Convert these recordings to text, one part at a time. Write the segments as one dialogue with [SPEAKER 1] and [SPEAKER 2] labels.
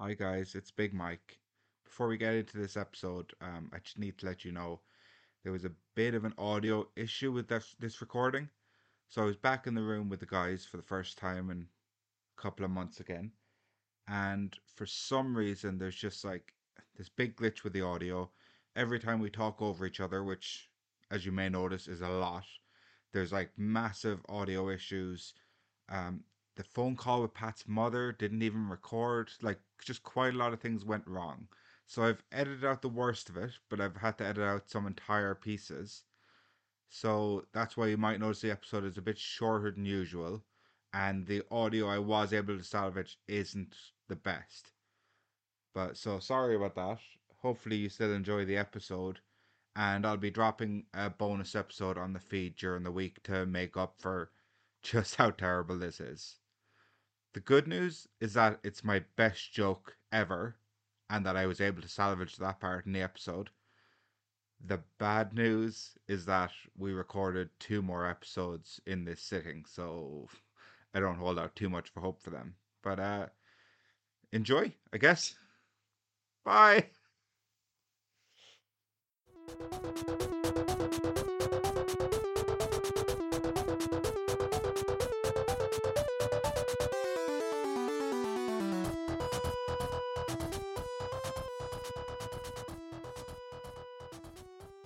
[SPEAKER 1] Hi guys, it's Big Mike. Before we get into this episode, um, I just need to let you know there was a bit of an audio issue with this, this recording. So I was back in the room with the guys for the first time in a couple of months again. And for some reason, there's just like this big glitch with the audio. Every time we talk over each other, which, as you may notice, is a lot, there's like massive audio issues. Um, the phone call with Pat's mother didn't even record. Like, just quite a lot of things went wrong. So I've edited out the worst of it, but I've had to edit out some entire pieces. So that's why you might notice the episode is a bit shorter than usual. And the audio I was able to salvage isn't the best. But so sorry about that. Hopefully, you still enjoy the episode. And I'll be dropping a bonus episode on the feed during the week to make up for just how terrible this is. The good news is that it's my best joke ever, and that I was able to salvage that part in the episode. The bad news is that we recorded two more episodes in this sitting, so I don't hold out too much for hope for them. But uh enjoy, I guess. Bye.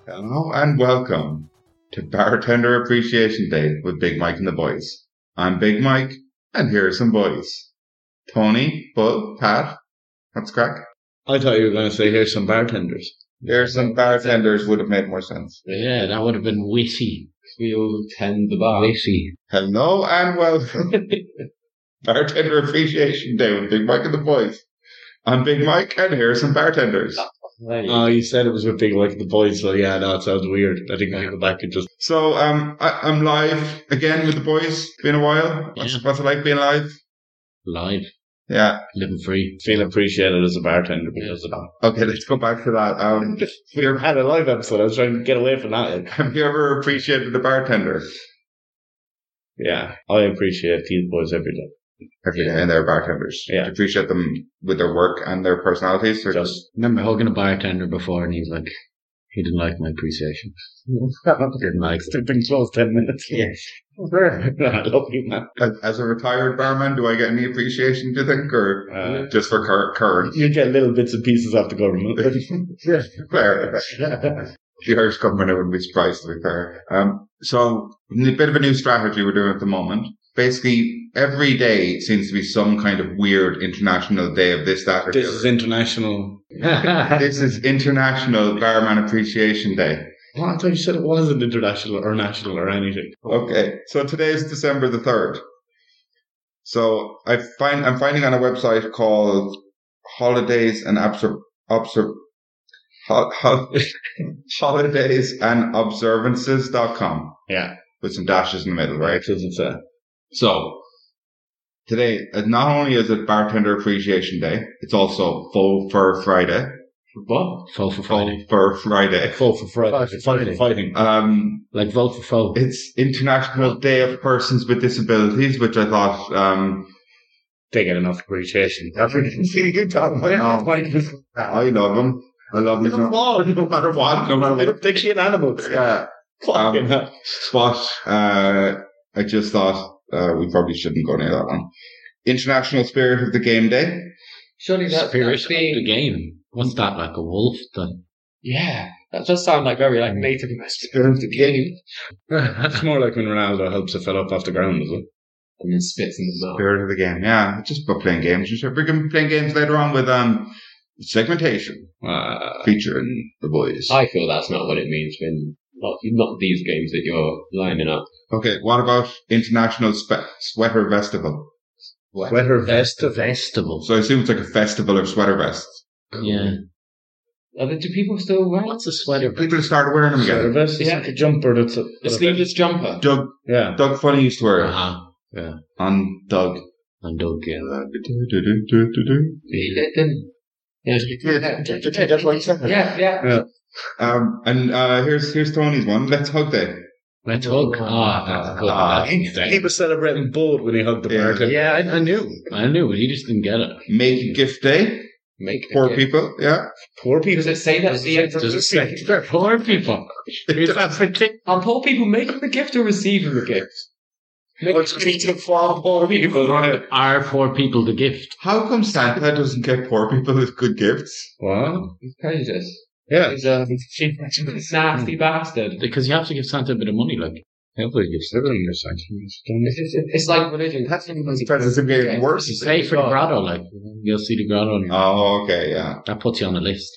[SPEAKER 2] Hello and welcome to Bartender Appreciation Day with Big Mike and the boys. I'm Big Mike, and here are some boys. Tony, Bull, Pat, what's crack?
[SPEAKER 3] I thought you were going to say here's some bartenders.
[SPEAKER 2] There's some bartenders would have made more sense.
[SPEAKER 3] Yeah, that would have been witty.
[SPEAKER 4] We'll tend the bar.
[SPEAKER 3] Witty.
[SPEAKER 2] Hello and welcome. Bartender Appreciation Day with Big Mike and the boys. I'm Big Mike, and here are some bartenders.
[SPEAKER 4] Right.
[SPEAKER 3] Oh, you said it was with big like the boys, so yeah, no, it sounds weird. I think I go back and just
[SPEAKER 2] So um, I, I'm live again with the boys. Been a while. What's,
[SPEAKER 3] Yeah.
[SPEAKER 2] what's it like being live?
[SPEAKER 3] live,
[SPEAKER 2] Yeah.
[SPEAKER 3] living free, feel appreciated as a bartender because of that.
[SPEAKER 2] Okay, let's go back to that. Um,
[SPEAKER 3] We had a live episode. I was trying to get away from that. like,
[SPEAKER 2] have you ever appreciated a bartender?
[SPEAKER 3] Yeah, I appreciate these boys every day.
[SPEAKER 2] every day, and they're bartenders.
[SPEAKER 3] Yeah.
[SPEAKER 2] To appreciate them with their work and their personalities. Or
[SPEAKER 3] Just
[SPEAKER 4] remember hugging a bartender before and he's like, he didn't like my appreciation.
[SPEAKER 3] didn't like. It's been close ten minutes.
[SPEAKER 4] Yes.
[SPEAKER 3] I love you, man.
[SPEAKER 2] as, as a retired barman, do I get any appreciation? Do you think, or
[SPEAKER 3] Uh,
[SPEAKER 2] just for cur- current?
[SPEAKER 3] you get little bits and pieces off the government.
[SPEAKER 2] Fair. The Irish government, I wouldn't be surprised to be fair. Um, so a bit of a new strategy we're doing at the moment. Basically, every day seems to be some kind of weird international day of this, that, or the
[SPEAKER 3] this
[SPEAKER 2] other.
[SPEAKER 3] is international.
[SPEAKER 2] this is International Barman Appreciation Day.
[SPEAKER 3] Well, I thought you said it wasn't international or national or anything.
[SPEAKER 2] Okay, so today is December the third. So I find I'm finding on a website called Holidays and Obser Obser Hol- Hol- Holidays and Observances.com.
[SPEAKER 3] Yeah.
[SPEAKER 2] with some dashes in the middle, right?
[SPEAKER 3] Because it's a
[SPEAKER 2] So today, uh, not only is it Bartender Appreciation Day, it's also Full Fur Friday.
[SPEAKER 3] what?
[SPEAKER 4] Fall for Friday.
[SPEAKER 2] Full Fur Friday.
[SPEAKER 3] Vote for Friday.
[SPEAKER 4] Fight for Friday.
[SPEAKER 3] fighting.
[SPEAKER 2] Um,
[SPEAKER 4] Like vote for foe.
[SPEAKER 2] It's International Day of Persons with Disabilities, which I thought. Um,
[SPEAKER 3] They get enough appreciation.
[SPEAKER 4] Um,
[SPEAKER 2] No. I love them. I love
[SPEAKER 3] It's a
[SPEAKER 2] them.
[SPEAKER 3] ball, no matter what.
[SPEAKER 2] No matter what.
[SPEAKER 3] They an animal.
[SPEAKER 2] Yeah,
[SPEAKER 3] Fucking
[SPEAKER 2] Um,
[SPEAKER 3] hell.
[SPEAKER 2] but uh, I just thought uh, we probably shouldn't go near that one. International Spirit of the Game Day.
[SPEAKER 4] Surely
[SPEAKER 3] that's-
[SPEAKER 4] Spirit
[SPEAKER 3] that's
[SPEAKER 4] of
[SPEAKER 3] being-
[SPEAKER 4] the game. What's that, like a wolf? Then?
[SPEAKER 3] Yeah. That does sound like very like native spirit of the game. That's more like when Ronaldo helps a fella up off the ground, isn't it?
[SPEAKER 4] And then spits in the mouth.
[SPEAKER 2] Spirit of the Game. Yeah, just about playing games. and shit. We're going to be playing games later on with um segmentation
[SPEAKER 3] Uh,
[SPEAKER 2] featuring the boys.
[SPEAKER 4] I feel that's not what it means when not, not these games that you're lining up.
[SPEAKER 2] Okay, what about International Spe- Sweater Festival?
[SPEAKER 3] Sweater vest of
[SPEAKER 4] Festival.
[SPEAKER 2] So I assume it's like a festival of sweater vests.
[SPEAKER 4] Yeah. Are there, do people still wear?
[SPEAKER 3] What's a sweater
[SPEAKER 2] People started wearing them
[SPEAKER 3] Sweater
[SPEAKER 2] again.
[SPEAKER 3] vest is
[SPEAKER 4] Yeah.
[SPEAKER 3] like a jumper that's a,
[SPEAKER 4] A sleeveless jumper.
[SPEAKER 2] Doug
[SPEAKER 3] Yeah.
[SPEAKER 2] Doug Funny used to wear it.
[SPEAKER 4] Uh-huh.
[SPEAKER 2] on Doug.
[SPEAKER 4] And don't get
[SPEAKER 3] Yeah.
[SPEAKER 4] Yeah, yeah.
[SPEAKER 2] Um, and uh, here's here's Tony's one. Let's hug day.
[SPEAKER 4] Let's hug. Ah, that's good.
[SPEAKER 2] Ah.
[SPEAKER 4] That's
[SPEAKER 3] He
[SPEAKER 4] insane.
[SPEAKER 3] was celebrating bold when he hugged the
[SPEAKER 2] Yeah.
[SPEAKER 3] bird.
[SPEAKER 4] Yeah, I, I knew. I knew, but you just didn't get it.
[SPEAKER 2] Make gift day.
[SPEAKER 4] Make the
[SPEAKER 2] Poor
[SPEAKER 4] gift.
[SPEAKER 2] people. Yeah.
[SPEAKER 3] Poor people.
[SPEAKER 4] Does it say that?
[SPEAKER 3] Does it say-
[SPEAKER 4] Does it say for poor people? Is that for ti- Are poor people making the gift or receiving the gift? Make
[SPEAKER 3] What's
[SPEAKER 4] it to for poor people. or Are poor people the gift?
[SPEAKER 2] How come Santa doesn't get poor people with good gifts?
[SPEAKER 3] Wow.
[SPEAKER 4] He's prejudiced.
[SPEAKER 3] Yeah.
[SPEAKER 4] He's a he's a nasty bastard.
[SPEAKER 5] Hmm. Because you have to give Santa a bit of money, like.
[SPEAKER 3] Hopefully you've still been in your section.
[SPEAKER 4] It's, it's, it's like religion. That's the only
[SPEAKER 2] Presents are getting
[SPEAKER 5] You
[SPEAKER 2] worse.
[SPEAKER 5] pay for the grotto, like. You'll see the grotto, and
[SPEAKER 2] Oh, okay, yeah.
[SPEAKER 5] that puts you on the list.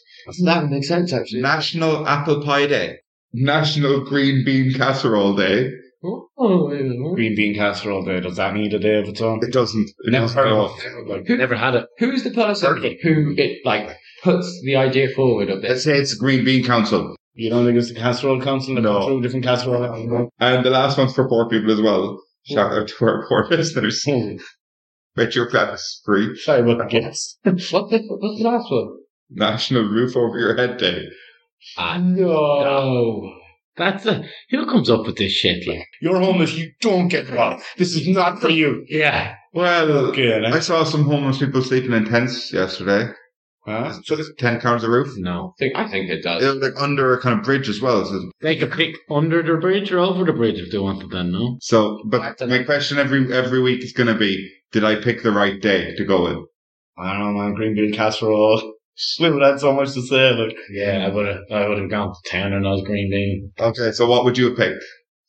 [SPEAKER 4] That would make sense, actually.
[SPEAKER 2] National Apple Pie Day. National Green Bean Casserole Day.
[SPEAKER 4] Oh, yeah.
[SPEAKER 3] Green bean casserole day. Does that mean a day of its own?
[SPEAKER 2] It doesn't. It
[SPEAKER 3] Never
[SPEAKER 2] doesn't
[SPEAKER 3] heard
[SPEAKER 2] at
[SPEAKER 3] of
[SPEAKER 2] all.
[SPEAKER 3] it. Like,
[SPEAKER 5] Never had it.
[SPEAKER 4] Who's the person
[SPEAKER 2] Perfect.
[SPEAKER 4] who it, like puts the idea forward of
[SPEAKER 2] Let's
[SPEAKER 4] this?
[SPEAKER 2] say it's the Green Bean Council.
[SPEAKER 3] you don't think it's the casserole council? that
[SPEAKER 2] No.
[SPEAKER 3] put through different casserole.
[SPEAKER 2] And the last one's for poor people as well. Shout out to our poor listeners. Bet your clap is free.
[SPEAKER 3] Sorry about the gifts.
[SPEAKER 4] What's the, what's the last one?
[SPEAKER 2] National Roof Over Your Head Day.
[SPEAKER 5] Ah,
[SPEAKER 4] No.
[SPEAKER 5] That's a, who comes up with this shit, like?
[SPEAKER 3] You're homeless. You don't get well. This is not for you.
[SPEAKER 5] Yeah.
[SPEAKER 2] Well,
[SPEAKER 3] Okay,
[SPEAKER 2] I saw some homeless people sleeping in tents yesterday.
[SPEAKER 3] huh?
[SPEAKER 2] So tent covers the roof.
[SPEAKER 5] No.
[SPEAKER 4] I think, I think it
[SPEAKER 2] It
[SPEAKER 4] does.
[SPEAKER 2] was like under a kind of bridge as well. So,
[SPEAKER 5] They could pick under the bridge or over the bridge if they wanted then, no?
[SPEAKER 2] so but
[SPEAKER 4] That's a-
[SPEAKER 2] my question every every week is going to be: Did I pick the right day to go in?
[SPEAKER 3] I don't know, man. Green bean casserole. We've had so much to say. Like, yeah, I would have. I would have gone to town and I was green bean.
[SPEAKER 2] Okay. So what would you have picked?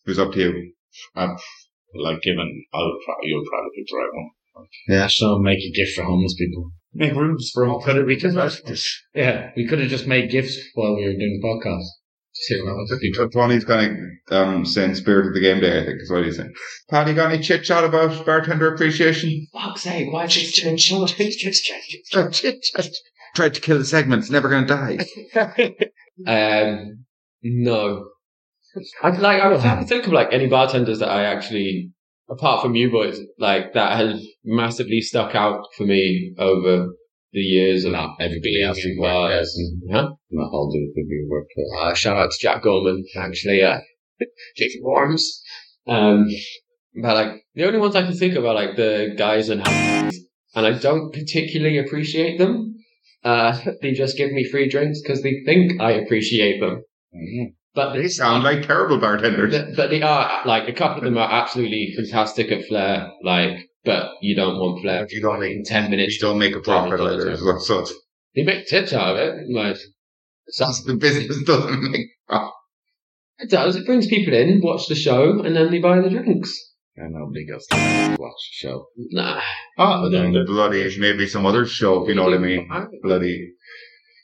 [SPEAKER 2] It was up to you.
[SPEAKER 3] Like, given I would probably, you'll probably pick the right one. Yeah, so make a gift for homeless people. Make rooms for homeless
[SPEAKER 5] Could it be
[SPEAKER 3] people.
[SPEAKER 5] Yeah, we could have just made gifts while we were doing the podcast. See what happens.
[SPEAKER 2] Tony's kind of um, saying spirit of the game day. I think is what he's saying. Pat, you got any chit chat about bartender appreciation?
[SPEAKER 4] Fuck's sake, why did you change so
[SPEAKER 2] Tried to kill the segment. It's never going to die.
[SPEAKER 4] Um, no. I like. I was trying to think of like any bartenders that I actually, apart from you boys, like that has massively stuck out for me over the years and
[SPEAKER 5] No,
[SPEAKER 4] everybody else
[SPEAKER 5] you
[SPEAKER 4] who
[SPEAKER 5] work
[SPEAKER 4] was. Huh?
[SPEAKER 5] Not all do we work with.
[SPEAKER 4] Uh, shout out to Jack Gorman, actually. Uh, Jason Worms. Um, but like the only ones I can think of are like the guys and and I don't particularly appreciate them. Uh, they just give me free drinks because they think I appreciate them. But
[SPEAKER 2] They sound like terrible bartenders.
[SPEAKER 4] but, but they are like a couple of them are absolutely fantastic at flair. Like, but you don't want flair.
[SPEAKER 2] You don't
[SPEAKER 4] In
[SPEAKER 2] make
[SPEAKER 4] ten
[SPEAKER 2] you
[SPEAKER 4] minutes,
[SPEAKER 2] don't make a profit later. as well, So
[SPEAKER 4] they make tips out of it. Like,
[SPEAKER 2] that's the business doesn't make.
[SPEAKER 4] it does. It brings people in, watch the show, and then they buy the drinks.
[SPEAKER 5] And nobody goes to watch the show.
[SPEAKER 4] Nah,
[SPEAKER 2] Oh, then bloody maybe some other show, you know what I mean? Bloody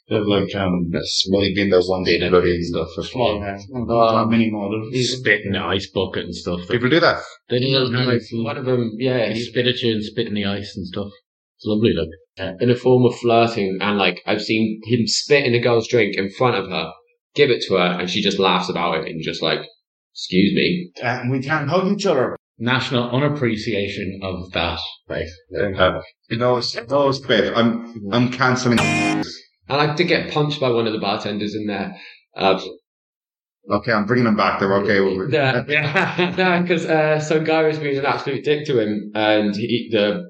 [SPEAKER 3] They've like um,
[SPEAKER 2] bloody been those ones
[SPEAKER 5] Been in
[SPEAKER 2] bloody stuff.
[SPEAKER 3] small hands. Not
[SPEAKER 4] Um,
[SPEAKER 3] many models.
[SPEAKER 5] Spit in the ice bucket and stuff.
[SPEAKER 2] People do that.
[SPEAKER 5] They didn't have
[SPEAKER 4] Like, one of them, yeah,
[SPEAKER 5] He
[SPEAKER 4] he's
[SPEAKER 5] spit at you and spit in the ice and stuff. It's lovely, like.
[SPEAKER 4] Uh, in a form of flirting, and like I've seen him spit in a girl's drink in front of her, give it to her, and she just laughs about it and just like, excuse me.
[SPEAKER 3] And we can't hug each other.
[SPEAKER 5] National unappreciation of that. Right.
[SPEAKER 2] You know, it's- no, it's bit. I'm I'm cancelling.
[SPEAKER 4] I like to get punched by one of the bartenders in there. Uh,
[SPEAKER 2] Okay, I'm bringing them back. They're okay. with it.
[SPEAKER 4] Yeah, yeah, because uh, some guy was being an absolute dick to him, and he the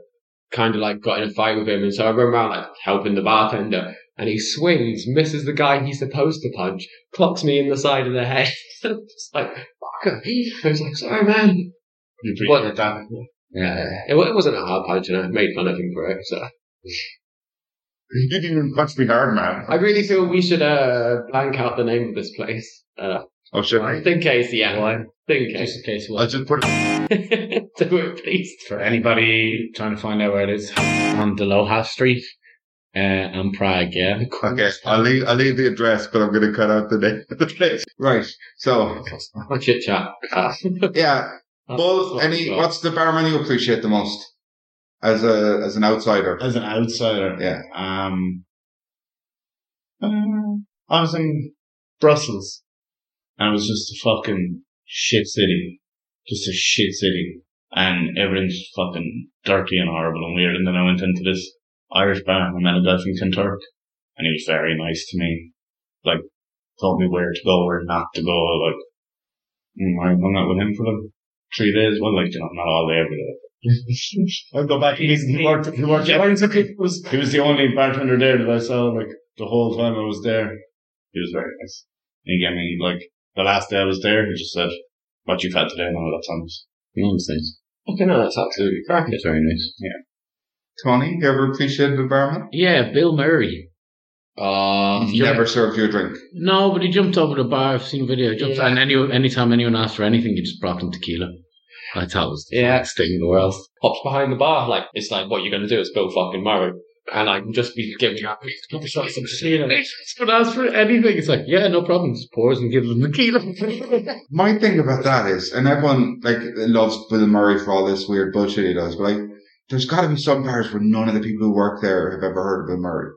[SPEAKER 4] kind of like got in a fight with him, and so I run around like helping the bartender, and he swings, misses the guy he's supposed to punch, clocks me in the side of the head. I'm just like fucker. I was like, sorry, man.
[SPEAKER 3] You
[SPEAKER 4] What-
[SPEAKER 3] appreciate that?
[SPEAKER 4] Yeah, it, wa- it wasn't a hard punch, and I made fun of him for it. So
[SPEAKER 2] You didn't even punch me hard, man.
[SPEAKER 4] I really feel we should uh, blank out the name of this place. Uh,
[SPEAKER 2] Oh, should I?
[SPEAKER 4] just in case, yeah, just in
[SPEAKER 5] Just
[SPEAKER 4] case.
[SPEAKER 5] in case
[SPEAKER 2] I'll
[SPEAKER 5] what
[SPEAKER 2] just put
[SPEAKER 4] Do it, please.
[SPEAKER 5] for anybody trying to find out where it is on Deloha Street uh, and Prague, yeah.
[SPEAKER 2] Okay, I'll leave, I'll leave the address, but I'm going to cut out the name of the place. Right, so,
[SPEAKER 4] Oh, chit chat. Uh,
[SPEAKER 2] yeah. Well, any, what's the barman you appreciate the most? As a, as an outsider?
[SPEAKER 3] As an outsider,
[SPEAKER 2] Yeah.
[SPEAKER 3] Um, uh, I was in Brussels, and it was just a fucking shit city, just a shit city, and everything's fucking dirty and horrible and weird. And then I went into this Irish bar and I met a Belfington Turk, and he was very nice to me, like told me where to go, where not to go, like Mm, I hung out with him for like three days. Well, like, you know, not all day, but. I'll go back. He's, he worked, he worked.
[SPEAKER 4] Yeah.
[SPEAKER 3] He was, he was the only bartender there that I saw, like, the whole time I was there. He was very nice. And he gave me, like, the last day I was there, he just said, what you've had today and all that sounds.
[SPEAKER 5] Nonsense.
[SPEAKER 4] Okay, no, that's absolutely cracking.
[SPEAKER 5] It's very nice.
[SPEAKER 2] Tony, you ever appreciated the barman?
[SPEAKER 5] Yeah, Bill Murray.
[SPEAKER 4] Uh,
[SPEAKER 2] He never served you a drink.
[SPEAKER 5] No, but he jumped over the bar. I've seen video. He jumped,
[SPEAKER 4] Yeah.
[SPEAKER 5] and any anytime anyone asked for anything, he just brought them tequila. I thought it was the
[SPEAKER 4] Yeah.
[SPEAKER 5] funniest thing in the world.
[SPEAKER 4] hops behind the bar. Like, it's like, what you're going to do is Bill fucking Murray. And I can just be giving you a couple shots of tequila.
[SPEAKER 5] But asked for anything, it's like, yeah, no problem. Just pours and gives them tequila.
[SPEAKER 2] My thing about that is, and everyone like loves Bill Murray for all this weird bullshit he does, but like, there's got to be some bars where none of the people who work there have ever heard of Bill Murray.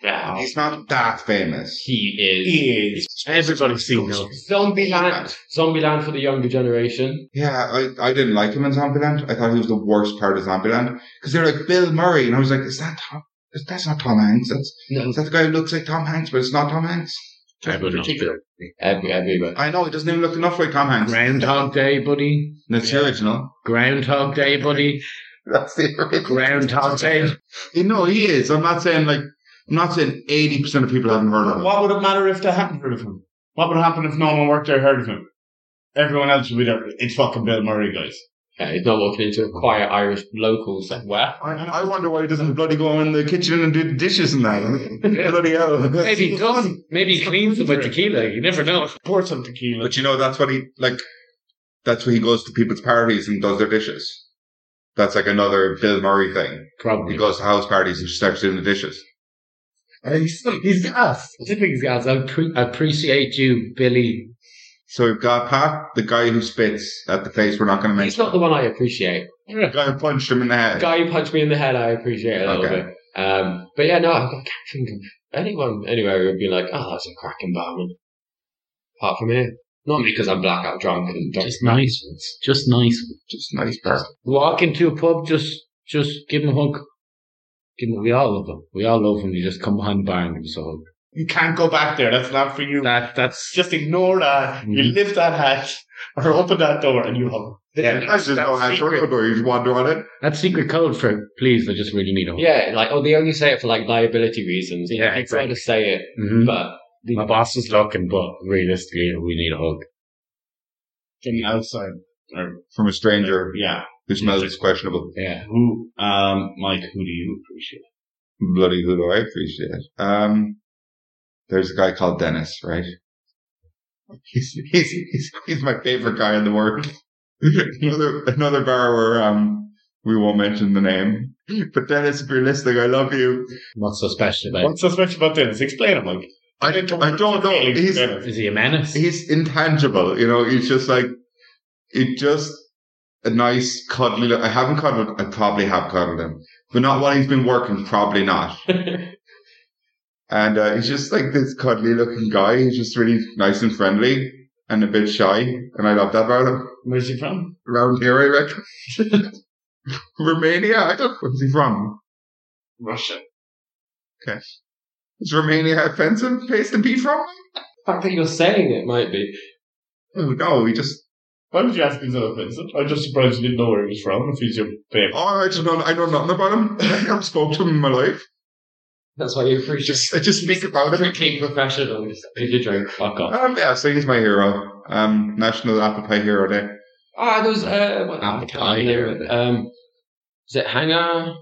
[SPEAKER 4] Wow.
[SPEAKER 2] He's not that famous.
[SPEAKER 4] He
[SPEAKER 2] is.
[SPEAKER 5] Everybody's seen those.
[SPEAKER 4] is. Zombieland. Zombieland for the younger generation.
[SPEAKER 2] Yeah, I, I didn't like him in Zombieland. I thought he was the worst part of Zombieland because they're like Bill Murray, and I was like, is that Tom? That's not Tom Hanks. That's
[SPEAKER 4] No.
[SPEAKER 2] that's the guy who looks like Tom Hanks, but it's not Tom Hanks.
[SPEAKER 5] Everyone knows Bill.
[SPEAKER 4] Every, everywhere.
[SPEAKER 2] I know he doesn't even look enough like Tom Hanks.
[SPEAKER 5] Groundhog Day, buddy.
[SPEAKER 2] And it's the original.
[SPEAKER 5] Groundhog Day, buddy.
[SPEAKER 2] That's the original.
[SPEAKER 5] Groundhog Day.
[SPEAKER 2] You know he is. I'm not saying like I'm not saying eighty percent of people haven't heard of him.
[SPEAKER 3] What would it matter if they hadn't heard of him? What would happen if no one worked there heard of him? Everyone else would be there. It's fucking Bill Murray, guys.
[SPEAKER 4] Yeah, he's not walking into a quiet Irish local saying, where?
[SPEAKER 2] I, I wonder why he doesn't bloody go in the kitchen and do the dishes and that. bloody hell.
[SPEAKER 5] Maybe he doesn't. Maybe he cleans them with tequila. You never know.
[SPEAKER 3] Pour some tequila.
[SPEAKER 2] But you know, that's what he like. That's where he goes to people's parties and does their dishes. That's like another Bill Murray thing. He
[SPEAKER 5] Probably.
[SPEAKER 2] goes to house parties and just starts doing the dishes.
[SPEAKER 4] Uh,
[SPEAKER 5] He's, he's gas. I think he's gas. I pre- appreciate you, Billy.
[SPEAKER 2] So we've got Pat, the guy who spits at the place we're not going to
[SPEAKER 4] He's
[SPEAKER 2] mention.
[SPEAKER 4] not the one I appreciate.
[SPEAKER 2] The guy who punched him in the head.
[SPEAKER 4] Guy who punched me in the head, I appreciate a little
[SPEAKER 2] Okay.
[SPEAKER 4] bit. Um, but yeah, no, I can't think of anyone anywhere who would be like, oh, that's a cracking barman. Apart from here. Not me because I'm blackout drunk and don't
[SPEAKER 5] Just nice ones. Just nice ones.
[SPEAKER 2] Just a nice person.
[SPEAKER 5] Walk into a pub, just just give him a hug. Give him, we all love him. We all love him. You just come behind the bar and give us a hug.
[SPEAKER 3] You can't go back there. That's not for you.
[SPEAKER 5] That that's
[SPEAKER 3] Just ignore that. You lift that hat or open that door and you hug.
[SPEAKER 2] Yeah, that's just no hand
[SPEAKER 5] secret,
[SPEAKER 2] door. You just wander on it.
[SPEAKER 5] that's secret code for please. I just really need a hug.
[SPEAKER 4] Yeah, like oh, they only say it for like liability reasons.
[SPEAKER 5] Yeah,
[SPEAKER 4] they try
[SPEAKER 5] exactly.
[SPEAKER 4] to say it,
[SPEAKER 3] Mm-hmm.
[SPEAKER 5] Mhm.
[SPEAKER 4] but
[SPEAKER 5] My boss is looking, but realistically, we need a hug.
[SPEAKER 3] From the outside. Or,
[SPEAKER 2] From a stranger
[SPEAKER 3] yeah.
[SPEAKER 2] who smells is questionable.
[SPEAKER 5] Yeah.
[SPEAKER 3] Who, um, Mike, who do you appreciate?
[SPEAKER 2] Bloody who do I appreciate? Um, there's a guy called Dennis, right? He's he's he's, he's my favorite guy in the world. another another bar where um we won't mention the name, but Dennis, if you're listening, I love you.
[SPEAKER 5] What's so special about?
[SPEAKER 3] What's so special about Dennis? Explain it, Mike.
[SPEAKER 2] I I don't know. He's
[SPEAKER 5] it? Is he a menace?
[SPEAKER 2] he's intangible. You know, he's just like it just a nice cuddly. I haven't cuddled. I probably have cuddled him, but not while he's been working. Probably not. and uh, he's just like this cuddly looking guy. He's just really nice and friendly and a bit shy, and I love that about him.
[SPEAKER 3] Where's he from?
[SPEAKER 2] Around here, I reckon. Romania. I don't. Where's he from?
[SPEAKER 3] Russia.
[SPEAKER 2] Is Romania offensive? Paste and be from?
[SPEAKER 4] the fact that you're saying it might be.
[SPEAKER 2] Oh, no, he just.
[SPEAKER 3] Why would you ask his other offensive? I'm just surprised you didn't know where he was from if he's your favorite.
[SPEAKER 2] Oh, I just know. I know nothing about him. I never spoke to him in my life.
[SPEAKER 4] That's why you appreciate.
[SPEAKER 2] Just, I just speak about him.
[SPEAKER 4] Strictly professional. Just Take your drink. Fuck off.
[SPEAKER 2] Um, yeah, so he's my hero. Um, National Apple Pie Hero Day.
[SPEAKER 4] Ah, there was uh, what,
[SPEAKER 5] Apple
[SPEAKER 4] I can't
[SPEAKER 5] pie.
[SPEAKER 4] remember it. Um, is it Hanger?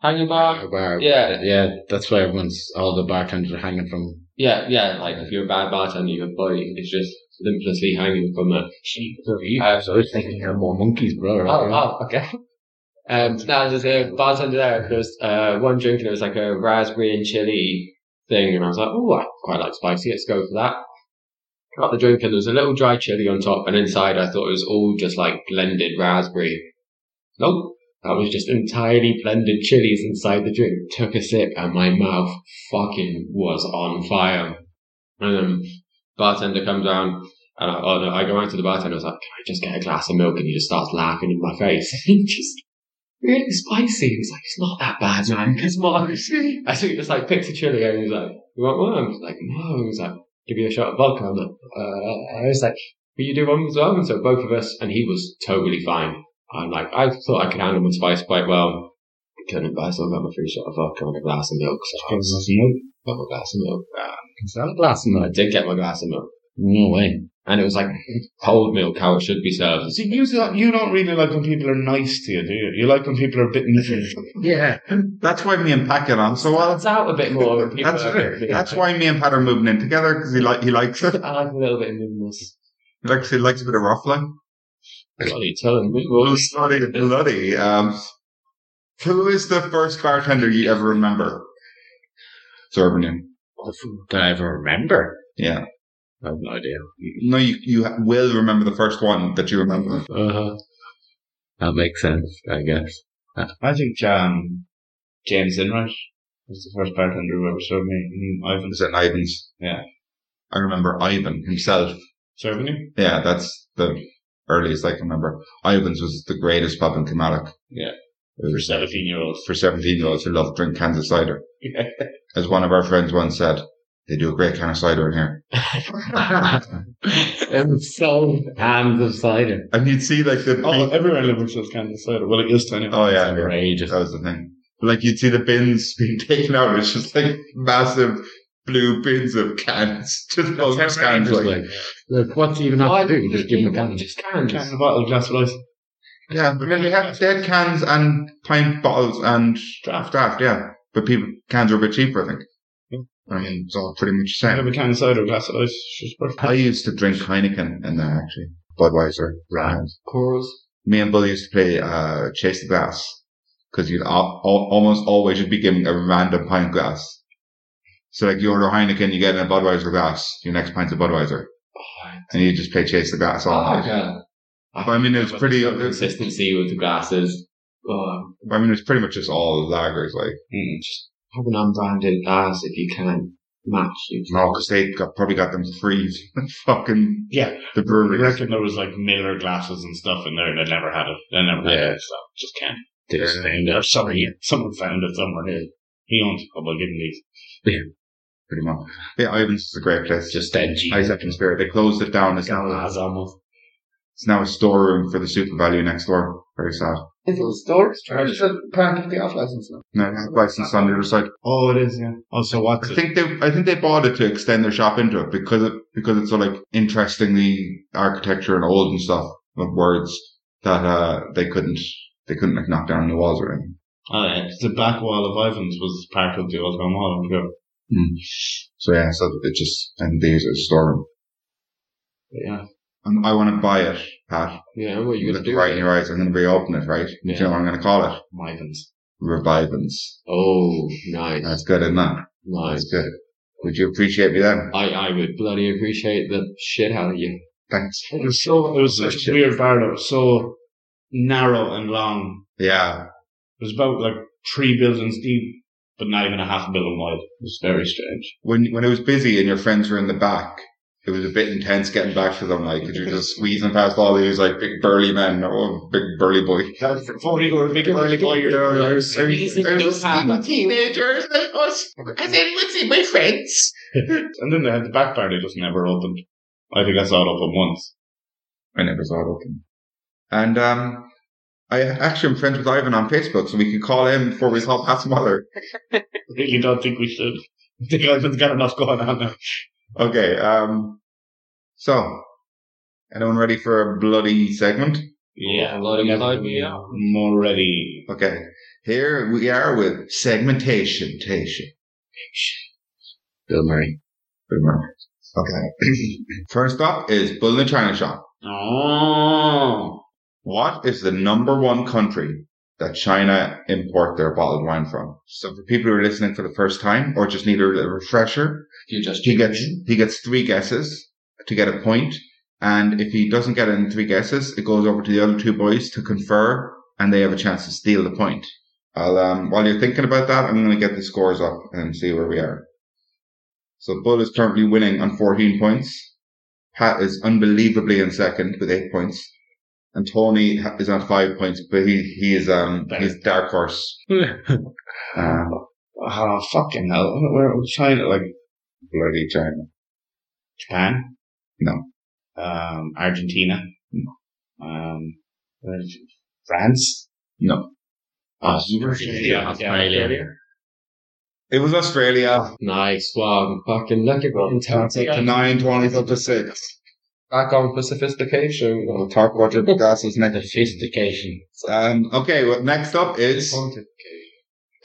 [SPEAKER 4] Hanger bar?
[SPEAKER 5] A bar.
[SPEAKER 4] Yeah.
[SPEAKER 5] Yeah. That's why everyone's all the bartenders are hanging from.
[SPEAKER 4] Yeah, yeah. Like if you're a bad bartender, your body is just limplessly hanging from a Uh, sheet.
[SPEAKER 5] I was thinking you're more monkeys, bro.
[SPEAKER 4] Oh, oh, okay. Um, no, there's a bartender there. There was uh, one drink and it was like a raspberry and chili thing, and I was like, oh, I quite like spicy. Let's go for that. Got the drink and there was a little dry chili on top, and inside I thought it was all just like blended raspberry. Nope, that was just entirely blended chilies inside the drink. Took a sip and my mouth fucking was on fire. And then bartender comes down, and I, oh no, I go out to the bartender. I was like, "Can I just get a glass of milk?" And he just starts laughing in my face. he just really spicy. He's like, "It's not that bad, man. It's more." I think just like picks a chili, and he's like, "You want one?" I was like, "No." He's like, "Give you a shot of vodka." I'm like, uh, I was like, But you do one as well, and so both of us, and he was totally fine. I'm like, I thought I could handle my spice quite well. I couldn't, but I still got my free shot of vodka and a glass of milk. So I
[SPEAKER 5] Glass
[SPEAKER 4] was-
[SPEAKER 5] of milk. Ah,
[SPEAKER 4] got my glass of milk. Uh,
[SPEAKER 5] Is that a glass of
[SPEAKER 4] I
[SPEAKER 5] milk?
[SPEAKER 4] did get my glass of milk.
[SPEAKER 5] No way.
[SPEAKER 4] And it was like cold milk, how it should be served.
[SPEAKER 3] oh. See, you, don't- you don't really like when people are nice to you, do you? You like when people are a bit nippy.
[SPEAKER 5] Yeah.
[SPEAKER 2] That's why me and Pat get on so well.
[SPEAKER 4] Stands out a bit more. when people
[SPEAKER 2] That's,
[SPEAKER 4] are a bit-
[SPEAKER 2] that's why me and Pat are moving in together because he like he likes it.
[SPEAKER 4] I like a little bit of nimbleness.
[SPEAKER 2] He likes he likes a bit of ruffling.
[SPEAKER 4] Bloody telling me.
[SPEAKER 2] Well, bloody, bloody. Um, who is the first bartender you ever remember serving you?
[SPEAKER 5] That I ever remember.
[SPEAKER 2] Yeah.
[SPEAKER 5] I have no idea.
[SPEAKER 2] No, you you will remember the first one that you remember.
[SPEAKER 5] Uh-huh. That makes sense, I guess.
[SPEAKER 3] I think um, James Enright was the first bartender who ever served me. Mm, Ivan
[SPEAKER 2] Is it Ivan's?
[SPEAKER 3] Yeah.
[SPEAKER 2] I remember Ivan himself.
[SPEAKER 3] serving you?
[SPEAKER 2] Yeah, that's the earliest I can remember. Ivan's was the greatest pub in Kilmallock.
[SPEAKER 3] Yeah.
[SPEAKER 2] It was-
[SPEAKER 3] For 17 year olds.
[SPEAKER 2] for 17 year olds who love to drink cans of cider.
[SPEAKER 3] Yeah.
[SPEAKER 2] As one of our friends once said, they do a great can of cider in here.
[SPEAKER 5] and so hands of cider.
[SPEAKER 2] And you'd see like the.
[SPEAKER 3] Oh, everywhere in Liverpool sells canned cider. Well, it used to anyway.
[SPEAKER 2] oh yeah, yeah.
[SPEAKER 5] Outrageous.
[SPEAKER 2] That was the thing. Like you'd see the bins being taken out. It's just like massive blue bins of cans. Just bogus cans.
[SPEAKER 5] Just
[SPEAKER 2] Like,
[SPEAKER 5] like, like, what do you even have to do? Just give them a can.
[SPEAKER 4] Just cans.
[SPEAKER 3] Can of bottle, glass of ice.
[SPEAKER 2] yeah, but then they had, they had cans and pint bottles and draft,
[SPEAKER 3] Draft.
[SPEAKER 2] draft, yeah. But people, cans are a bit cheaper, I think. I mean, it's all pretty much the
[SPEAKER 3] I
[SPEAKER 2] same.
[SPEAKER 3] have a can of cider, glass of ice. It's just perfect.
[SPEAKER 2] I used to drink Heineken and that actually. Budweiser. Right.
[SPEAKER 4] Corals.
[SPEAKER 2] Me and Bill used to play uh, Chase the Glass because you'd al- al- almost always you'd be given a random pint glass. So like you order Heineken, you get in a Budweiser glass. Your next pint's a Budweiser, and you just play Chase the Glass all night.
[SPEAKER 4] yeah.
[SPEAKER 2] But I mean, it's pretty. it's-
[SPEAKER 4] Consistency with the glasses. Oh,
[SPEAKER 2] I mean, it's pretty much just all lagers, like
[SPEAKER 3] Mm.
[SPEAKER 4] have an unbranded glass if you can match. You
[SPEAKER 2] no, because they got, probably got them free. from fucking
[SPEAKER 3] Yeah.
[SPEAKER 2] the
[SPEAKER 3] I
[SPEAKER 2] brewery.
[SPEAKER 3] reckon there was like Miller glasses and stuff in there. and They never had it. They never had
[SPEAKER 5] Yeah.
[SPEAKER 3] it. So just can't.
[SPEAKER 5] They just named it.
[SPEAKER 3] Sorry, someone found it somewhere. He owns a couple. Give him these.
[SPEAKER 2] Pretty much. Yeah, Ivan's is a great place.
[SPEAKER 5] Just edgy.
[SPEAKER 2] I second spirit. They closed it down. It's now
[SPEAKER 5] Galahs almost.
[SPEAKER 2] it's now a storeroom for the super value next door. Very sad.
[SPEAKER 4] Is it a store? It's a brand of the off license now.
[SPEAKER 2] No, licensed on the other side.
[SPEAKER 3] Oh, it is. Yeah. Oh, so what's
[SPEAKER 2] I
[SPEAKER 3] it?
[SPEAKER 2] think they, I think they bought it to extend their shop into it because it, because it's so like interestingly architecture and old and stuff with words that uh they couldn't they couldn't like knock down the walls or anything.
[SPEAKER 3] Oh, yeah. 'cause The back wall of Ivan's was part of the old town hall. ago.
[SPEAKER 2] So yeah, so it just and they use it as a storeroom.
[SPEAKER 4] Yeah.
[SPEAKER 2] And I want to buy it, Pat.
[SPEAKER 4] Yeah, what are you
[SPEAKER 2] You
[SPEAKER 4] going
[SPEAKER 2] look
[SPEAKER 4] to do?
[SPEAKER 2] right in your eyes. I'm going to reopen it, right? You
[SPEAKER 4] Yeah.
[SPEAKER 2] know what I'm going to call it?
[SPEAKER 3] Ivan's.
[SPEAKER 2] Revivance.
[SPEAKER 4] Oh, nice.
[SPEAKER 2] That's good, isn't that?
[SPEAKER 4] nice.
[SPEAKER 2] That's good. Would you appreciate me then?
[SPEAKER 4] I, I would bloody appreciate the shit out of you.
[SPEAKER 2] Thanks.
[SPEAKER 3] It was so. It was such a weird bar. It was so narrow and long.
[SPEAKER 2] Yeah.
[SPEAKER 3] It was about like three buildings deep, but not even a half a building wide. It was very strange.
[SPEAKER 2] when when it was busy and your friends were in the back, it was a bit intense getting back to them. Like 'cause you're just squeezing past all these like big burly men, oh big burly boy.
[SPEAKER 3] Before you were a big early boy, you're
[SPEAKER 2] Teenagers, I was. I said, let's see my friends.
[SPEAKER 3] And then they had the back bar. They just never opened. I think I saw it open once.
[SPEAKER 2] I never saw it open. And um, I actually am friends with Ivan on Facebook, so we can call him before we call Pat's mother.
[SPEAKER 3] Really don't think we should. I think Ivan's got enough going on now.
[SPEAKER 2] Okay. Um, so anyone ready for a bloody segment?
[SPEAKER 4] Yeah, load him, load me up.
[SPEAKER 3] More ready.
[SPEAKER 2] Okay. Here we are with segmentation. Tation.
[SPEAKER 5] Bill Murray.
[SPEAKER 2] Okay. First up is Bull in the China Shop.
[SPEAKER 3] Oh.
[SPEAKER 2] What is the number one country that China import their bottled wine from? So for people who are listening for the first time or just need a little refresher,
[SPEAKER 4] You just
[SPEAKER 2] he gets he gets three guesses to get a point, and if he doesn't get it in three guesses, it goes over to the other two boys to confer, and they have a chance to steal the point. I'll, um, while you're thinking about that, I'm going to get the scores up and see where we are. So Bull is currently winning on 14 points. Pat is unbelievably in second with eight points, and Tony ha- is on five points, but he he is um he's dark horse. Um,
[SPEAKER 3] Oh, fucking hell. Where, where China, like
[SPEAKER 2] bloody China.
[SPEAKER 3] Japan?
[SPEAKER 2] No.
[SPEAKER 3] um, Argentina, um, France,
[SPEAKER 2] No.
[SPEAKER 3] Australia,
[SPEAKER 5] Australia.
[SPEAKER 2] It was Australia.
[SPEAKER 4] Nice one. Fucking look at what
[SPEAKER 2] Take the nine twenties up to six.
[SPEAKER 4] Back on for sophistication.
[SPEAKER 2] We'll talk about your Picasso's next.
[SPEAKER 5] Sophistication.
[SPEAKER 2] Um, okay, well, next up is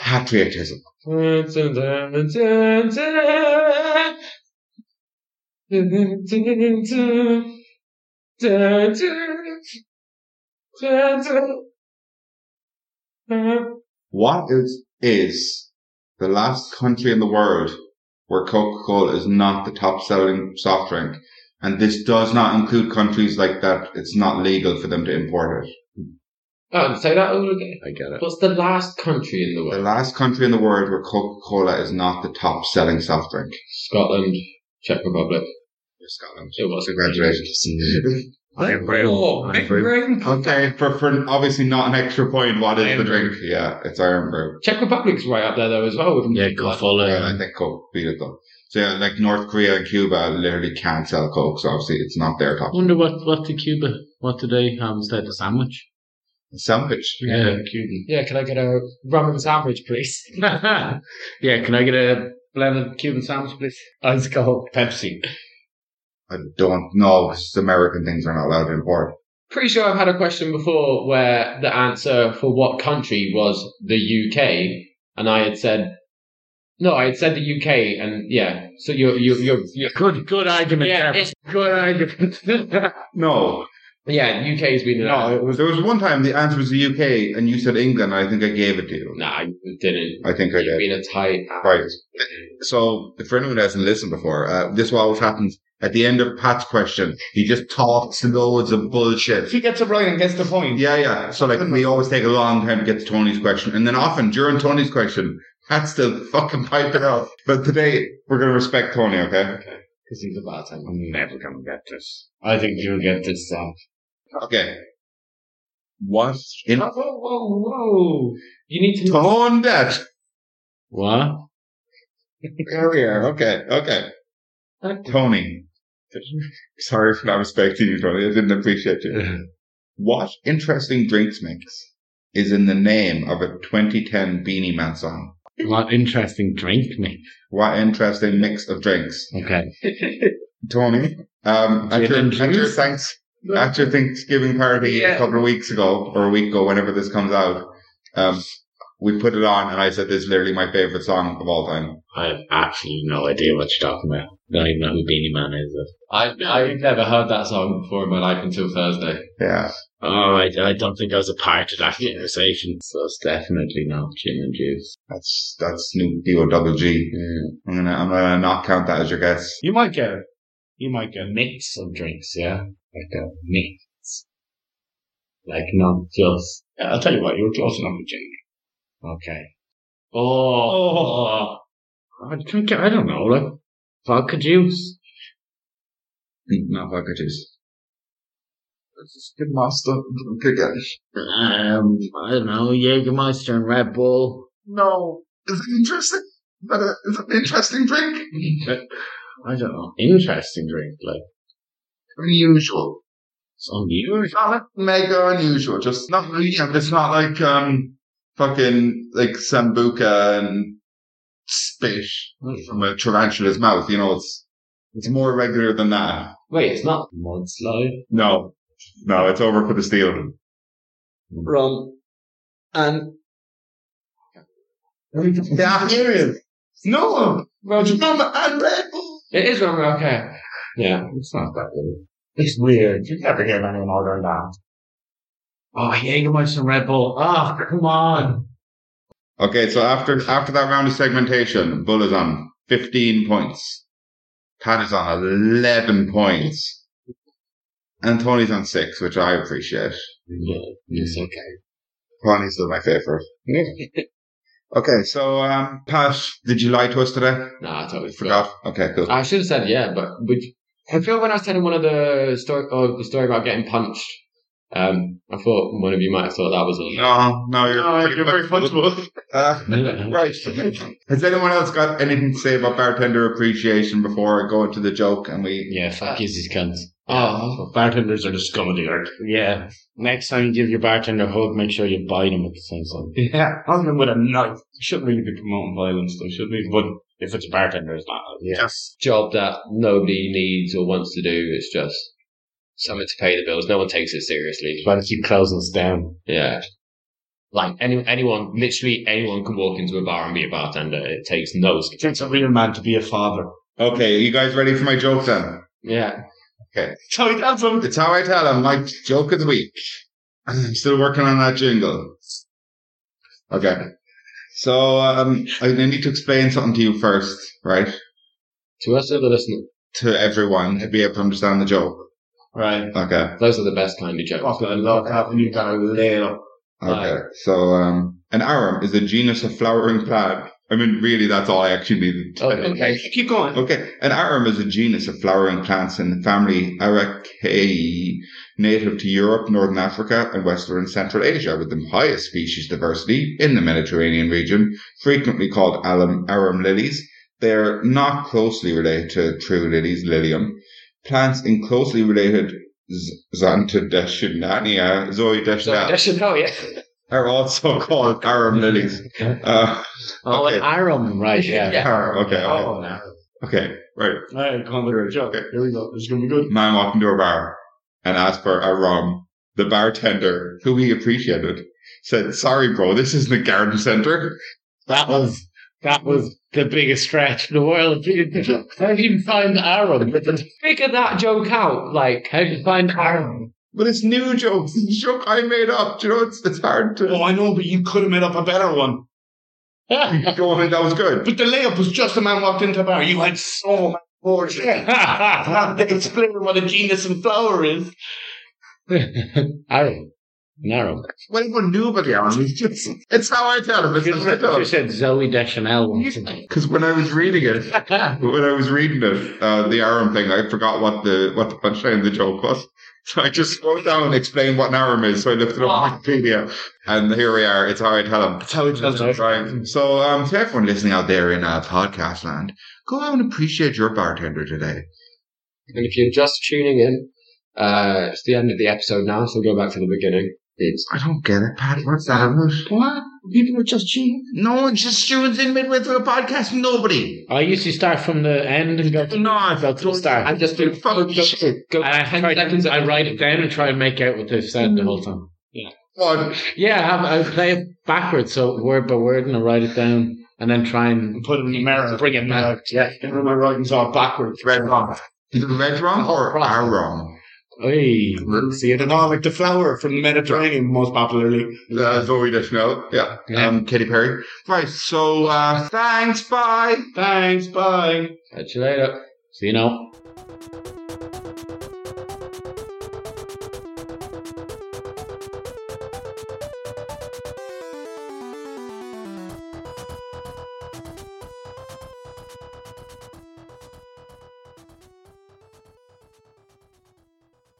[SPEAKER 2] patriotism.
[SPEAKER 4] Oh,
[SPEAKER 2] What is is the last country in the world where Coca-Cola is not the top-selling soft drink? And this does not include countries like that. It's not legal for them to import it.
[SPEAKER 4] Oh, say that all again.
[SPEAKER 2] I get
[SPEAKER 4] What's the last country in the
[SPEAKER 2] The
[SPEAKER 4] world?
[SPEAKER 2] last country in the world where Coca-Cola is not the top-selling soft drink
[SPEAKER 4] Scotland, Czech Republic.
[SPEAKER 2] is Scotland.
[SPEAKER 4] It was.
[SPEAKER 2] Congratulations.
[SPEAKER 5] I'm brave.
[SPEAKER 4] Oh,
[SPEAKER 5] I'm
[SPEAKER 4] big
[SPEAKER 5] brave.
[SPEAKER 4] ring.
[SPEAKER 2] okay, for, for obviously not an extra point. What is
[SPEAKER 5] Iron
[SPEAKER 2] the drink? Yeah, it's Iron Brew.
[SPEAKER 4] Czech Republic's right up there though as well.
[SPEAKER 5] Yeah,
[SPEAKER 4] Like,
[SPEAKER 5] good
[SPEAKER 2] Well, I
[SPEAKER 5] follow.
[SPEAKER 2] think Coke beat it though. So yeah, like North Korea and Cuba literally can't sell Coke, so obviously it's not their
[SPEAKER 5] I
[SPEAKER 2] top.
[SPEAKER 5] wonder what, what to Cuba, what do they um, have instead of sandwich?
[SPEAKER 2] Sandwich.
[SPEAKER 5] Yeah.
[SPEAKER 3] Cuban.
[SPEAKER 4] Yeah, can I get a rum and sandwich, please?
[SPEAKER 5] yeah, can I get a blended Cuban sandwich, please? Ice cold. Pepsi.
[SPEAKER 2] I don't know. 'cause It's American things are not allowed to import.
[SPEAKER 4] Pretty sure I've had a question before where the answer for what country was the UK, and I had said, no, I had said the UK, and yeah, so you're, you're, you're, you're
[SPEAKER 5] Good, good argument.
[SPEAKER 4] Yeah,
[SPEAKER 5] Yeah,
[SPEAKER 4] it's-
[SPEAKER 5] good argument.
[SPEAKER 2] No,
[SPEAKER 4] yeah, UK's been an
[SPEAKER 2] no. It was, there was one time the answer was the UK, and you said England. And I think I gave it to you.
[SPEAKER 4] Nah, I didn't.
[SPEAKER 2] I think I did.
[SPEAKER 4] You've been a tight ass.
[SPEAKER 2] Right. So for anyone who hasn't listened before, uh, this is what always happens at the end of Pat's question. He just talks loads of bullshit.
[SPEAKER 3] He gets it right and gets the point.
[SPEAKER 2] Yeah, yeah. So like we always take a long time to get to Tony's question, and then often during Tony's question, Pat's still fucking piping up. But today we're gonna respect Tony, okay?
[SPEAKER 3] Because he's a bartender. I'm never going to get this. I think you'll get this, Sam.
[SPEAKER 2] Okay. What in
[SPEAKER 4] Whoa, whoa, whoa! You need to.
[SPEAKER 2] tone that
[SPEAKER 5] what?
[SPEAKER 2] There we are. Okay, okay. Tony. Sorry for not respecting you, Tony. I didn't appreciate you. what interesting drinks mix is in the name of a 2010 Beanie Man song?
[SPEAKER 5] What interesting drink, mate.
[SPEAKER 2] What interesting mix of drinks?
[SPEAKER 5] Okay.
[SPEAKER 2] Tony, um, at,
[SPEAKER 5] Gin
[SPEAKER 2] your,
[SPEAKER 5] and
[SPEAKER 2] at your
[SPEAKER 5] juice?
[SPEAKER 2] thanks at your Thanksgiving party a
[SPEAKER 4] Yeah.
[SPEAKER 2] couple of weeks ago or a week ago, whenever this comes out, um, we put it on, and I said this is literally my favorite song of all time.
[SPEAKER 5] I have absolutely no idea what you're talking about. Don't even know who Beanie Man is.
[SPEAKER 4] I, I've never heard that song before in my life until Thursday.
[SPEAKER 2] Yeah,
[SPEAKER 5] Oh, I, I don't think I was a part of that conversation. So it's definitely not gin and juice.
[SPEAKER 2] that's that's Snoop D O double G.
[SPEAKER 5] Yeah.
[SPEAKER 2] I'm gonna I'm gonna not count that as your guess.
[SPEAKER 3] You might get it. You might get
[SPEAKER 5] A
[SPEAKER 3] it.
[SPEAKER 5] mix of drinks, yeah? Like a mix. Like not just.
[SPEAKER 3] Yeah, I'll tell you what, you were close enough with Jamie.
[SPEAKER 5] Okay. Oh, I drink it. I don't know, like vodka juice.
[SPEAKER 2] Mm, Not vodka juice. Good master. Good guess.
[SPEAKER 5] Um, I don't know, Jägermeister and Red Bull.
[SPEAKER 2] No, is it interesting? Is that, a, is that an interesting drink?
[SPEAKER 5] I don't know. Interesting drink, like
[SPEAKER 2] Unusual.
[SPEAKER 5] it's unusual.
[SPEAKER 2] not like mega unusual. Just not
[SPEAKER 4] Mm-hmm.
[SPEAKER 2] really. It's not like um fucking like sambuca and spit
[SPEAKER 4] Mm-hmm.
[SPEAKER 2] from a tarantula's mouth. You know, it's it's more regular than that.
[SPEAKER 4] Wait, it's not mudslide.
[SPEAKER 2] No, no, it's over for the steel.
[SPEAKER 4] Rum and
[SPEAKER 2] Yeah, here it is. No,
[SPEAKER 4] Roger.
[SPEAKER 2] no, and Red Bull.
[SPEAKER 4] It is rum. Okay. Yeah.
[SPEAKER 5] It's not that weird. It's weird. You never hear anyone ordering that. Oh, Jägermeister and Red Bull. Oh, come on.
[SPEAKER 2] Okay, so after after that round of segmentation, Bull is on fifteen points. Pat is on eleven points. And Tony's on six, which I appreciate.
[SPEAKER 4] It's
[SPEAKER 5] Mm.
[SPEAKER 4] okay.
[SPEAKER 2] Ronnie's still my favorite. okay, so um, Pat, did you lie to us today?
[SPEAKER 4] Nah, I totally forgot.
[SPEAKER 2] Forgot. Okay, cool.
[SPEAKER 4] I should have said yeah, but would you- I feel when I was telling one of the story or the story about getting punched, um, I thought one of you might have thought that was a
[SPEAKER 2] No, no, you're,
[SPEAKER 6] Oh,
[SPEAKER 2] pretty much- Uh,
[SPEAKER 5] Right.
[SPEAKER 2] right. Has anyone else got anything to say about bartender appreciation before I go into the joke and we?
[SPEAKER 5] Yeah, fuck is his cunt.
[SPEAKER 4] Oh,
[SPEAKER 3] Bartenders are the scum of the earth.
[SPEAKER 6] Yeah. Next time you give your bartender a hug, make sure you bite him at the same time.
[SPEAKER 3] Yeah,
[SPEAKER 6] Hug him with a knife.
[SPEAKER 3] shouldn't really be promoting violence though, should we? But if it's a bartender, it's not.
[SPEAKER 6] Yes.
[SPEAKER 4] job that nobody needs or wants to do. It's just something to pay the bills. No one takes it seriously.
[SPEAKER 6] Trying to keep closing us down.
[SPEAKER 4] Yeah. Like any, anyone, literally anyone can walk into a bar and be a bartender. It takes no skill.
[SPEAKER 6] It takes a real man to be a father.
[SPEAKER 2] Okay, you guys ready for my joke then?
[SPEAKER 4] Yeah.
[SPEAKER 6] So he tells him,
[SPEAKER 2] It's how I tell him my joke of the week. I'm still working on that jingle. Okay. So um, I I need to explain something to you first, right?
[SPEAKER 4] To us, or the listener,
[SPEAKER 2] To everyone to be able to understand the joke.
[SPEAKER 6] right.
[SPEAKER 2] Okay.
[SPEAKER 4] those are the best kind of jokes.
[SPEAKER 6] Fucking love having you kind of laid up.
[SPEAKER 2] Okay. So um, an arum is a genus of flowering plant. I mean, really, that's all I actually needed.
[SPEAKER 4] Oh,
[SPEAKER 6] Okay, keep going.
[SPEAKER 2] Okay, an arum is a genus of flowering plants in the family Araceae, native to Europe, Northern Africa, and Western and Central Asia, with the highest species diversity in the Mediterranean region, frequently called alum, arum lilies. They are not closely related to true lilies, lilium. Plants in closely related Z- Xantodestinania,
[SPEAKER 4] Sorry,
[SPEAKER 2] Zoidestinata,
[SPEAKER 4] that should help, yeah.
[SPEAKER 2] are also called arum lilies. Uh,
[SPEAKER 6] Oh,
[SPEAKER 2] Okay.
[SPEAKER 6] an Aram, right, yeah.
[SPEAKER 4] Yeah.
[SPEAKER 2] Arum, okay, okay.
[SPEAKER 6] Oh, now.
[SPEAKER 2] okay, right.
[SPEAKER 6] Alright, come on with your joke.
[SPEAKER 2] Okay.
[SPEAKER 6] Here we go. It's gonna be good.
[SPEAKER 2] man walked into a bar and asked for a rum. The bartender, who he appreciated, said, Sorry, bro, this isn't a garden center.
[SPEAKER 6] That was that was the biggest stretch in the world. I didn't find Aram.
[SPEAKER 4] Figure that joke out. Like, how do you find Aaron?
[SPEAKER 2] But it's new joke. It's a joke I made up. Do you know, it's, it's hard to.
[SPEAKER 6] Oh, I know, but you could have made up a better one. but
[SPEAKER 2] Go on, that was good.
[SPEAKER 6] the layup was just a man walked into a bar. You had so much more shit. They explain what a genus and flower is.
[SPEAKER 4] Aaron. Narrow.
[SPEAKER 2] Well, everyone knew about the arm. It's just- it's how I tell him. It's how I tell
[SPEAKER 6] You said Zoe Deschanel once.
[SPEAKER 2] Because when I was reading it, when I was reading it, uh, the arm thing, I forgot what the what the punchline of the joke was. So I just wrote down and explained what an arm is. So I looked it up on Wikipedia, and here we are. It's how I tell him.
[SPEAKER 6] That's how it does it.
[SPEAKER 2] Right. So, um, to everyone listening out there in uh, podcast land, go out and appreciate your bartender today.
[SPEAKER 4] And if you're just tuning in, uh, it's the end of the episode now, so go back to the beginning. It's
[SPEAKER 2] I don't get it, Pat. What's that about? What?
[SPEAKER 6] People are just cheating.
[SPEAKER 2] No one just tunes in midway through a podcast. Nobody.
[SPEAKER 6] I used to start from the end and go to,
[SPEAKER 2] No, I
[SPEAKER 6] go to the start.
[SPEAKER 4] I just do
[SPEAKER 2] fucking shit.
[SPEAKER 4] Go
[SPEAKER 6] And I,
[SPEAKER 4] 10
[SPEAKER 6] try
[SPEAKER 4] seconds
[SPEAKER 6] to, I write it down and try and make out what they've said the whole time.
[SPEAKER 2] What?
[SPEAKER 6] Yeah, I, have, I play it backwards, so word by word, and I write it down, and then try and
[SPEAKER 3] Put it in the mirror.
[SPEAKER 6] bring it back. Yeah, remember my writing's all backwards.
[SPEAKER 2] Red rum. Is it red Oh, rum or our rum?
[SPEAKER 6] Hey,
[SPEAKER 3] See it at all, like the flower from the Mediterranean, most popularly.
[SPEAKER 2] Uh, Zoe Deschanel. Yeah.
[SPEAKER 6] Yeah.
[SPEAKER 2] Um, Katy Perry. Right. So, uh, thanks. Bye.
[SPEAKER 6] thanks, bye.
[SPEAKER 4] Catch you later.
[SPEAKER 6] See you now.